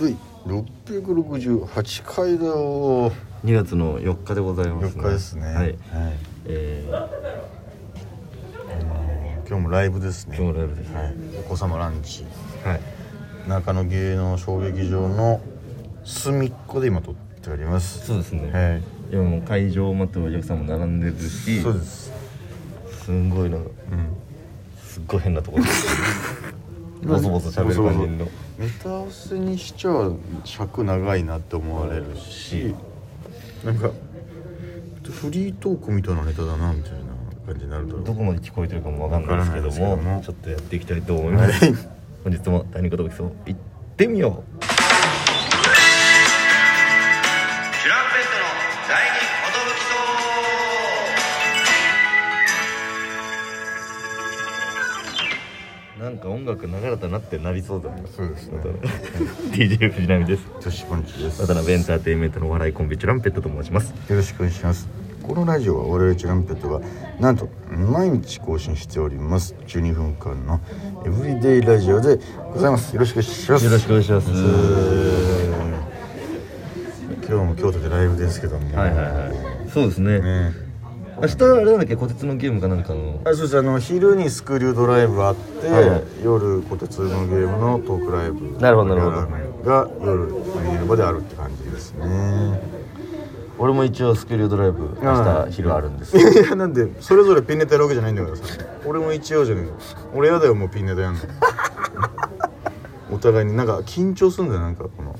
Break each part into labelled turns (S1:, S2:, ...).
S1: 第668回だよ
S2: 2月の4日でございます、
S1: 4日ですね
S2: はい、えー、
S1: 今日もライブですね
S2: 今日もライブです
S1: はい、お子様ランチ
S2: はい
S1: 中野芸能小劇場の隅っこで今撮っております
S2: そうですね、
S1: はい
S2: 今もう会場を待ってるお客さんも並んでるし
S1: そうです
S2: すんごいなんか
S1: うん
S2: すっごい変なところ ですボソボソ喋る感じの
S1: ネタ合わせにしちゃ尺長いなって思われるしなんかフリートークみたいなネタだなみたいな感じになると
S2: どこまで聞こえてるかもわかんないですけど
S1: わ
S2: も
S1: からないです
S2: ち
S1: け
S2: ょっとやっていきたいと思います、
S1: はい
S2: 本日も第二言武器そう行ってみよう
S3: チュランペットの第二寿き
S2: なんか音楽流れたなってなりそうだ ね
S1: そうですね
S2: DJ 藤波です
S1: 女子コンチです
S2: 渡辺エンターテインメントのお笑いコンビチュランペットと申します
S1: よろしくお願いしますこのラジオは我々チュランペットがなんと毎日更新しております12分間のエブリデイラジオでございますよろしくお願いします
S2: よろしくお願いします
S1: 今日も京都でライブですけども
S2: はいはいはいそうですね
S1: ね
S2: 明日はあれなんだっけ小鉄のゲームかなんかの
S1: あそうですあの昼にスクリュードライブあって、
S2: はい
S1: 夜こてつのゲームのトークライブ
S2: なるほどなるほど
S1: が夜の昼場であるって感じですね
S2: 俺も一応スクリュードライブ明日昼あるんです
S1: いやなんでそれぞれピンネタやるわけじゃないんだからさ俺も一応じゃねえよ俺やだよもうピンネタ やんのお互いになんか緊張すんだよなんかこの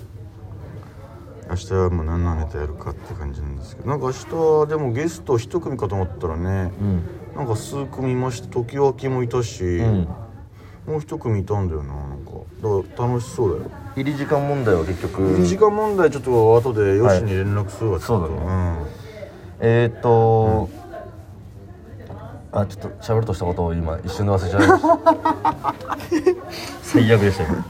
S1: 明日はもう何のネタやるかって感じなんですけどなんか明日でもゲスト一組かと思ったらね、なんか数組いました時脇もいたし、
S2: ん
S1: もう一組いたんだよななんかだから楽しそうだよ、
S2: 入り時間問題は結
S1: 二
S2: 局
S1: 時間問題ちょっと後でよしに連絡するわ、ちょっと
S2: そうだ
S1: ね、
S2: えーっとあちょっと喋るとしたことを今一瞬で忘れちゃいました 最悪でした今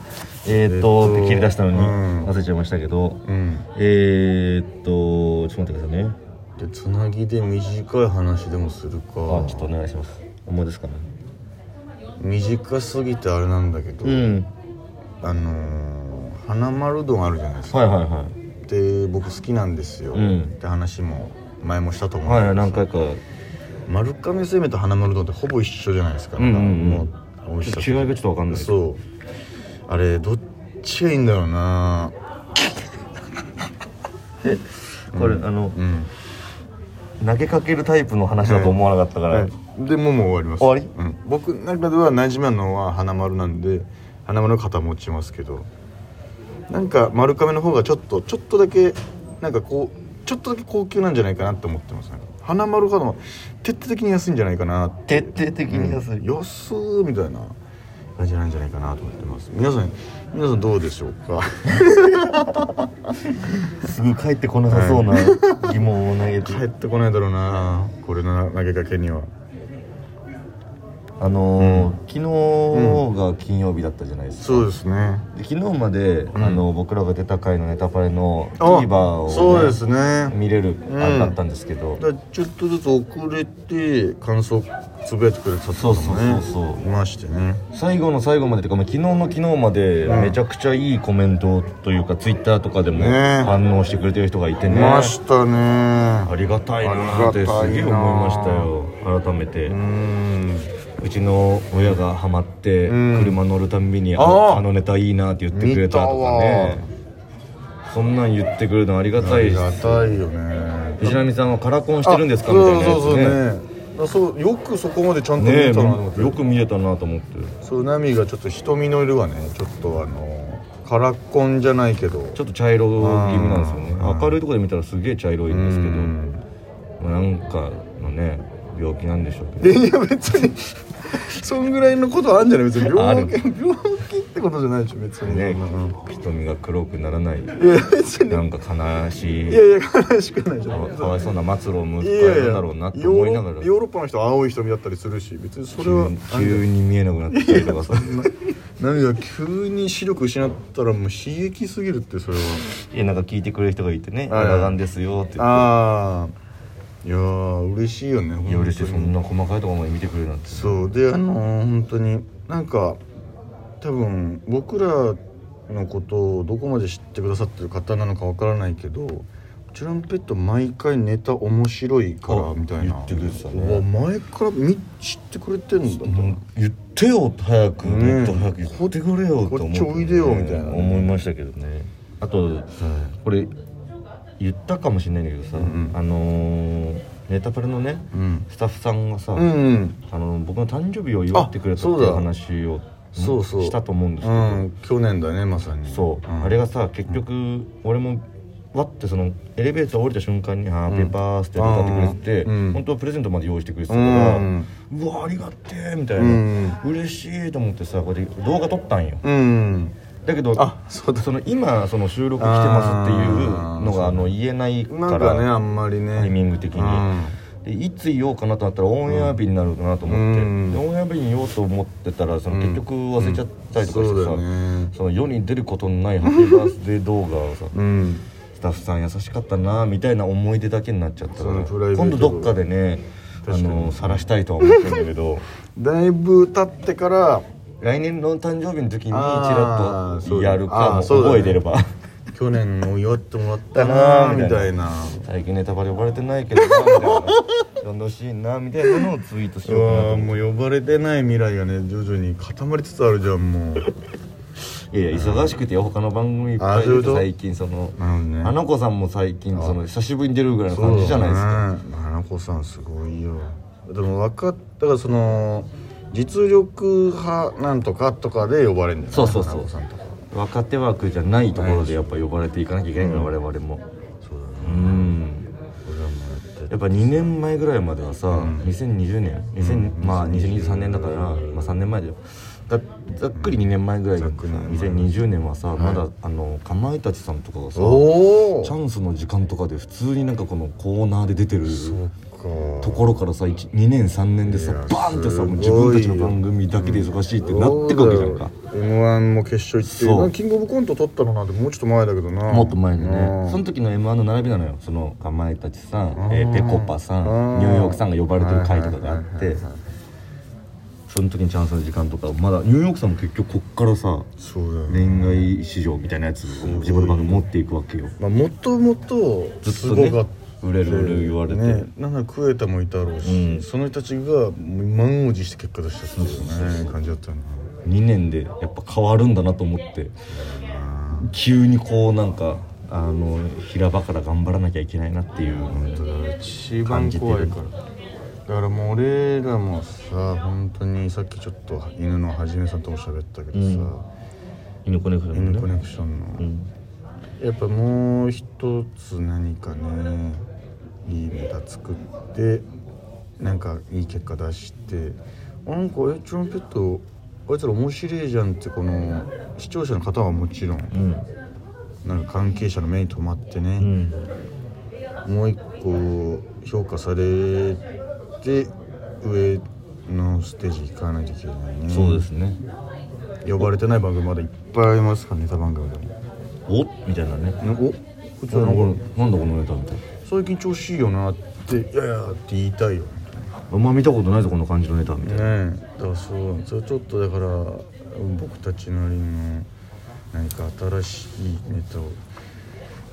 S2: えーっとって切り出したのに
S1: うん
S2: 忘れちゃいましたけど
S1: うん
S2: えーっとちょっと待ってくださいね
S1: でつなぎで短い話でもするか
S2: あちょっとお願いします思いですかね
S1: 短すぎてあれなんだけど、
S2: うん
S1: あのー花丸丼あるじゃないですか、
S2: はいはいは
S1: で僕好きなんですよ、
S2: うん
S1: って話も前もしたと思う、
S2: いはい何回か
S1: 丸亀製麺と花丸丼ってほぼ一緒じゃないですか、
S2: うんうんうん
S1: なんかもう美味しさ
S2: 違いがちょっとわかんないけど
S1: そうあれどっちがいいんだろうな
S2: これあの
S1: うん
S2: 投げかけるタイプの話だと思わなかったから
S1: でもうもう終わります
S2: 終わ
S1: り、うん、僕の中では馴染みあるのは花丸なんで花丸の肩持ちますけどなんか丸亀の方がちょっとちょっとだけなんかこうちょっとだけ高級なんじゃないかなって思ってますね花丸かの徹底的に安いんじゃないかなって
S2: 徹底的に安い
S1: 安ーみたいな感じなんじゃないかなと思ってます皆さん皆さんどうでしょうか
S2: すぐ帰ってこなさそうな疑問を投げて
S1: 帰ってこないだろうなこれの投げかけには
S2: あのー昨日が金曜日だったじゃないですか、
S1: そうですね
S2: で昨日まで、あの僕らが出た回のネタパレの TVer をね、
S1: そうですね
S2: 見れる
S1: ん
S2: あれだったんですけど、
S1: だからちょっとずつ遅れて感想つぶやいてくれた人もね
S2: そうそうそうそう
S1: いましてね
S2: 最後の最後までというかまあ昨日の昨日までめちゃくちゃいいコメントというか、Twitter とかでも
S1: ね
S2: 反応してくれてる人がいて
S1: い
S2: ね
S1: ましたね
S2: ありがたいなってす
S1: ありがたいな
S2: げえ思いましたよ改めて、う
S1: うん
S2: ちの親がハマって
S1: ん
S2: 車乗るたんびに、あ
S1: あー
S2: のあのネタいいなって言ってくれたとかね
S1: 見
S2: そんなん言ってくれるのありがた
S1: あ
S2: い
S1: り
S2: し
S1: がたいよね
S2: 藤波さんはカラコンしてるんですかみたいなやつね
S1: そうそうそうねだそうよくそこまでちゃんと見
S2: ね
S1: れ
S2: え
S1: たなと思って、
S2: よく見れたなと思って
S1: そうナミがちょっと瞳の色がねちょっとあのカラコンじゃないけど
S2: ちょっと茶色気味なんですよ
S1: う
S2: ね
S1: ん
S2: 明るいところで見たらすげえ茶色いんですけど
S1: うん
S2: まあなんかのね病気なんでしょうけど
S1: いや別にそんぐらいのことあるんじゃない別に
S2: あ
S1: 病
S2: る
S1: 気病気ってことじゃないでしょ別に
S2: ね
S1: うん
S2: 瞳が黒くならない
S1: いや別に
S2: なんか悲しい
S1: いやいや悲しくないじゃ
S2: か
S1: ん
S2: わかわいそうな末路を迎
S1: い
S2: え
S1: やいや
S2: るんだろうなって思いながら
S1: ヨーロヨーロッパの人は青い瞳だったりするし別にそれは
S2: 急に急に見えなくなってきたりと かさ
S1: 何が急に視力失ったらもう刺激すぎるってそれはい
S2: やなんか聞いてくれる人がいてね「
S1: はいはい
S2: 裸眼ですよ」って言っ
S1: ああいやー嬉しいよね
S2: ていや嬉しいそん
S1: な
S2: な細かいところまで見てくれるなんて
S1: そうであのー、本当になんか多分僕らのことをどこまで知ってくださってる方なのかわからないけどチュランペット毎回ネタ面白いから
S2: あ
S1: みたいな
S2: 言ってくれてたね
S1: うわ前からみ知ってくれてるんだ
S2: もう言ってよ早く、
S1: ねえ
S2: もっと早く言ってくれよって思うけどね、
S1: こっちおいでよみたいなね
S2: 思いましたけどねあと、これ言ったかもしれないんだけどさ、
S1: んうん
S2: あのーネタパレのね、
S1: うん
S2: スタッフさんがさ、
S1: うんうん
S2: あの僕の誕生日を祝ってくれたっ
S1: あ
S2: て
S1: そう
S2: いう
S1: だ
S2: 話を
S1: そうそう
S2: したと思うんですけ
S1: う
S2: ど、
S1: ん去年だねまさに
S2: そう、
S1: ん
S2: あれがさ結局、俺もわってそのエレベーター降りた瞬間に「ハッピーバースデー」って歌ってくれてて、
S1: うんうん
S2: 本当はプレゼントまで用意してくれてたから、
S1: う
S2: うんわありがてえみたいな、
S1: うん
S2: 嬉しいと思ってさこうやって動画撮ったんよ
S1: うん
S2: だけど
S1: あそうだ
S2: その今その収録来てますっていうのが
S1: あー
S2: あの言えないか
S1: なん
S2: ら
S1: かねあんまりね
S2: タイミング的に、
S1: うん
S2: でいつ言おうかなとなったらオンエア日になるかなと思って、
S1: うん
S2: でオンエア日に言おうと思ってたらその
S1: うん
S2: 結局忘れちゃったりとか
S1: うん
S2: してさ、
S1: そうだよね
S2: その世に出ることのないハッピーバースデー動画をさ
S1: うん
S2: スタッフさん優しかったなみたいな思い出だけになっちゃった
S1: そ
S2: か
S1: の
S2: ら
S1: プライベート
S2: 今度どっかでねあ
S1: 確かに
S2: の晒したいとは思ってるんだけ ど
S1: だいぶ経ってから
S2: 来年の誕生日の時にち
S1: あー
S2: らっ
S1: そ
S2: と
S1: うだ
S2: やるか
S1: あー
S2: も
S1: そうだね
S2: 覚えてれば。
S1: 去年を祝ってもらったなーみたいな
S2: 最近ネタバレ呼ばれてないけどなみたいな呼んでほしいなみたいなのをツイートし
S1: う
S2: ようかなと
S1: わー
S2: 思っ
S1: もう呼ばれてない未来がね徐々に固まりつつあるじゃんもう
S2: ていやいや忙しくてよ他の番組いっ
S1: あー
S2: ぱい
S1: そういう
S2: 出
S1: こと
S2: て最近その
S1: なるほどね
S2: 花子さんも最近その久しぶりに出るぐらいの感じじゃないですか
S1: そうだね花子さんすごいよでも分かったからその実力派なんとかとかで呼ばれるんだよね
S2: そうそうそう
S1: 花子さんとか
S2: 若手枠じゃないところでやっぱ呼ばれていかなきゃいけないから我々も
S1: そうだね
S2: うん
S1: 俺らもやって
S2: やっぱ2年前ぐらいまではさ、2020年2000、まあ2023年だから、まあ、3年前だよだざっくり2年前ぐらいにさ
S1: っくり
S2: 2020年はさ、まだあのかまいたちさんとかがさ
S1: おお
S2: チャンスの時間とかで普通になんかこのコーナーで出てると
S1: と
S2: ころからさ2年3年でさ
S1: いや
S2: バーンって
S1: す
S2: さ
S1: ごいよ
S2: もう自分たちの番組だけで忙しいってなってくわけじゃんか
S1: m 1も決勝行って
S2: そう
S1: なんかキングオブコント取ったのなんてもうちょっと前だけどな
S2: もっと前で
S1: う
S2: ね
S1: ん
S2: その時の m 1の並びなのよそのかまいたちさん、え
S1: あー
S2: ー、ぺこぱさん
S1: あー
S2: ニューヨークさんが呼ばれてる回とかがあっ
S1: はいはい
S2: て
S1: はいはい
S2: その時にチャンスの時間とかまだニューヨークさんも結局こっからさ
S1: そうだよね
S2: 恋愛市場みたいなやつを自分の番組持っていくわけよ
S1: まあもともとす
S2: ずっと
S1: ご
S2: ね
S1: かった
S2: 売れる売れる言われて、
S1: ね、なんならクエタもいたろうし、
S2: うん
S1: その人たちが満を持して結果出したっていうね感じだったよな
S2: 2年でやっぱ変わるんだなと思って急にこうなんかあの平場から頑張らなきゃいけないなっていう
S1: 一
S2: 番怖いから
S1: だからもう俺らもさ本当にさっきちょっと犬のはじめさんとも喋ったけどさ、
S2: 犬コネクション
S1: 犬
S2: の
S1: コ
S2: ね
S1: ネクションの、
S2: うん
S1: やっぱもう一つ何かねいいネタ作ってなんかいい結果出してあなんかえチュランペットあいつら面白いじゃんってこの視聴者の方はもちろん
S2: うん
S1: なんか関係者の目に留まって
S2: う
S1: ね、
S2: ん
S1: もう一個評価されて上のステージ行かないといけないね
S2: そうですね
S1: 呼ばれてない番組まだいっぱいありますからネタ番組でもね
S2: おみたいなね
S1: おこいつ
S2: な
S1: は
S2: ん
S1: な
S2: だ
S1: ん
S2: こ
S1: か
S2: のなんだこのネタみたいな
S1: 最近調子いいよなって「いやいや」って言いたいよね
S2: あんま見たことないぞこんな感じのネタみたいな
S1: えだからそうなんですよちょっとだから僕たちなりの何か新しいネタを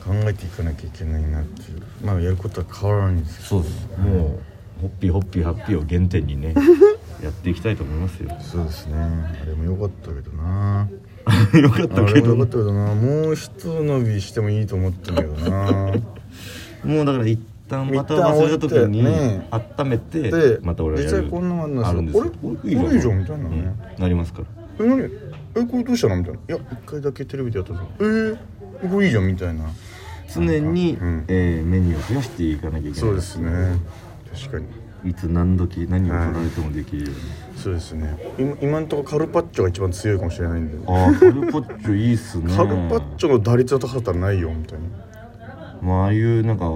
S1: 考えていかなきゃいけないなっていうまあやることは変わらないんです
S2: そうですもうホッピーホッピーハッピーを原点に ねやっていきたいと思いますよ
S1: けどそうですねあれも良かったけどな
S2: よかっ
S1: あ
S2: たけ
S1: れも良
S2: ど
S1: か
S2: も
S1: ったけどなもう一伸びしてもいいと思ったんだけどな
S2: うだから一旦また
S1: 一旦
S2: 忘れた時に
S1: 置いてね
S2: 温めて
S1: で
S2: また俺はや
S1: 実
S2: る
S1: 際こんなのあるんですよ
S2: あるんです
S1: これ
S2: よ
S1: これいいじゃんみたいなね
S2: うんなりますから
S1: え何えこれどうしたのみたいな「いや一回だけテレビでやったぞえー、これいいじゃん」みたいな
S2: 常に、
S1: うん
S2: えーメニューを増やしていかなきゃいけない
S1: そうですね確かに
S2: いつ何時何を取られてもできるよ
S1: そうですね今今んとこカルパッチョが一番強いかもしれないんで
S2: うに、ああーカルパッチョいいっすね
S1: カルパッチョの打率の高さったらないよみたいな
S2: まあああいうなんか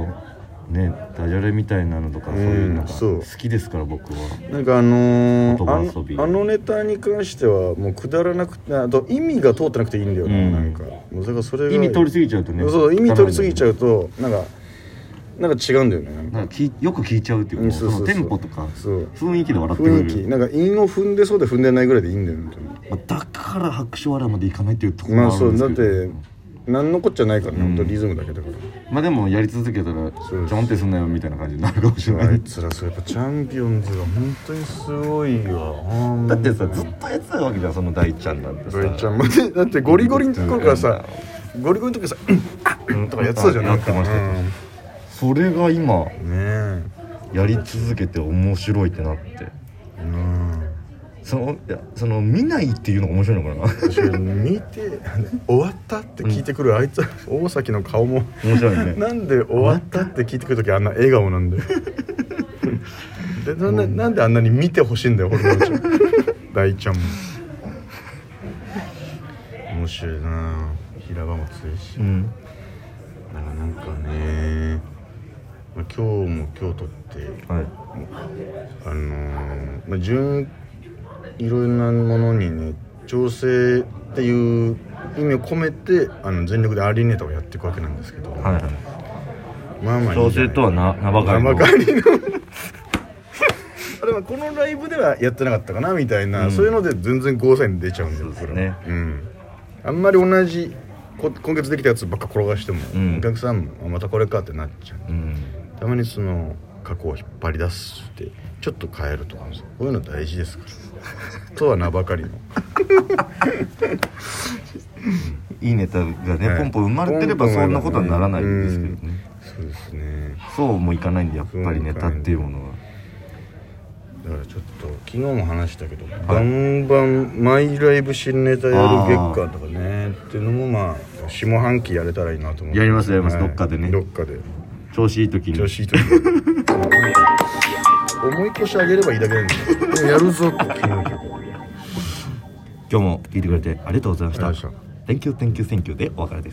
S2: ねダジャレみたいなのとかそういうなんか
S1: そう
S2: 好きですから僕は
S1: なんかあの
S2: 言葉遊び
S1: ー、あんあのネタに関してはもうくだらなくてあと意味が通ってなくていいんだよな、
S2: うん
S1: なんかもうだからそれが
S2: 意味通り過ぎちゃうとね
S1: そう意味取りすぎちゃうとなんかなんか違うんだよねなんか
S2: なんかきよく聞いちゃうっていう
S1: う
S2: か
S1: ん
S2: そ
S1: そうそうそ
S2: の
S1: う
S2: テンポとか
S1: そう
S2: 雰囲気で笑ってくれ
S1: 雰囲
S2: る
S1: 気なんか韻を踏んでそうで踏んでないぐらいでいいんだよね本
S2: まあだから拍手笑いまでいかないっていうとこ
S1: 当に
S2: ろ
S1: まあ
S2: もあ
S1: そ
S2: るん
S1: う
S2: で
S1: だっ
S2: すけど
S1: て何のこっちゃないからね、ほんとリズムだけだか
S2: まあでもやり続けたらち
S1: そうです
S2: ょんってすんなよみたいな感じになるかもしれ
S1: ら
S2: な
S1: あい
S2: い
S1: つらそうやっぱチャンピオンズが本当にすごいよ
S2: だってさずっとやってたわけじゃんその大ちゃんなんてさ
S1: 大ちゃんもねだってゴリゴリのところからさゴリゴリのとこからさうん「あうん」とかやってたじゃん
S2: や
S1: な
S2: っ
S1: んか
S2: てました
S1: うんね
S2: それが今
S1: え
S2: やり続けて面白いってなって
S1: うん
S2: そのいやその見ないっていうのが面白いの かな
S1: 確かに見て終わったって聞いてくるあいつ大崎の顔も
S2: 面白いね
S1: なんで終わったって聞いてくる時あんな笑顔なんだよでなんでなんであんなに見てほしいんだよホルモンちゃん大ちゃんも面白いな平場も強いし
S2: うん
S1: なんかなんかね、まあ、今日も今日とって
S2: はい
S1: あのーまあ、順いろんなものにね調整っていう意味を込めてあの全力でアリーネタをやっていくわけなんですけど、
S2: はいはい
S1: まあまあい
S2: 調
S1: いじゃ
S2: 整
S1: ない
S2: とはな名ばかりの
S1: 生刈 りのあでもこのライブではやってなかったかなみたいな、そういうので全然ゴーサイン出ちゃうんだよ
S2: そうですね
S1: 僕らうん、あんまり同じこ今月できたやつばっか転がしても、
S2: うん
S1: お客さんもあまたこれかってなっちゃう
S2: うん
S1: たまにその過去を引っ張り出すってちょっと変えるとかもそうこういうの大事です からとは名ばかりの
S2: いいネタがね、
S1: はい
S2: ポンポン生まれてれば
S1: ポンポ
S2: そ
S1: ン
S2: んなことはならないんですけどね、
S1: そうですね
S2: そうもいかないんでやっぱりネタっていうものは
S1: だからちょっと昨日も話したけど、バンバンマイライブ新ネタやる月間とかねっていうのもまあ下半期やれたらいいなと思って
S2: やりますやりますどっかでね
S1: どっかで
S2: 調子いい時に
S1: 調子いい時に 思い越し上げればいいだけなんだよでもやるぞって昨日とか
S2: 今日も聞いてくれてありがとうございました
S1: ありがとうござい
S2: Thank you, thank you, thank you でお別れです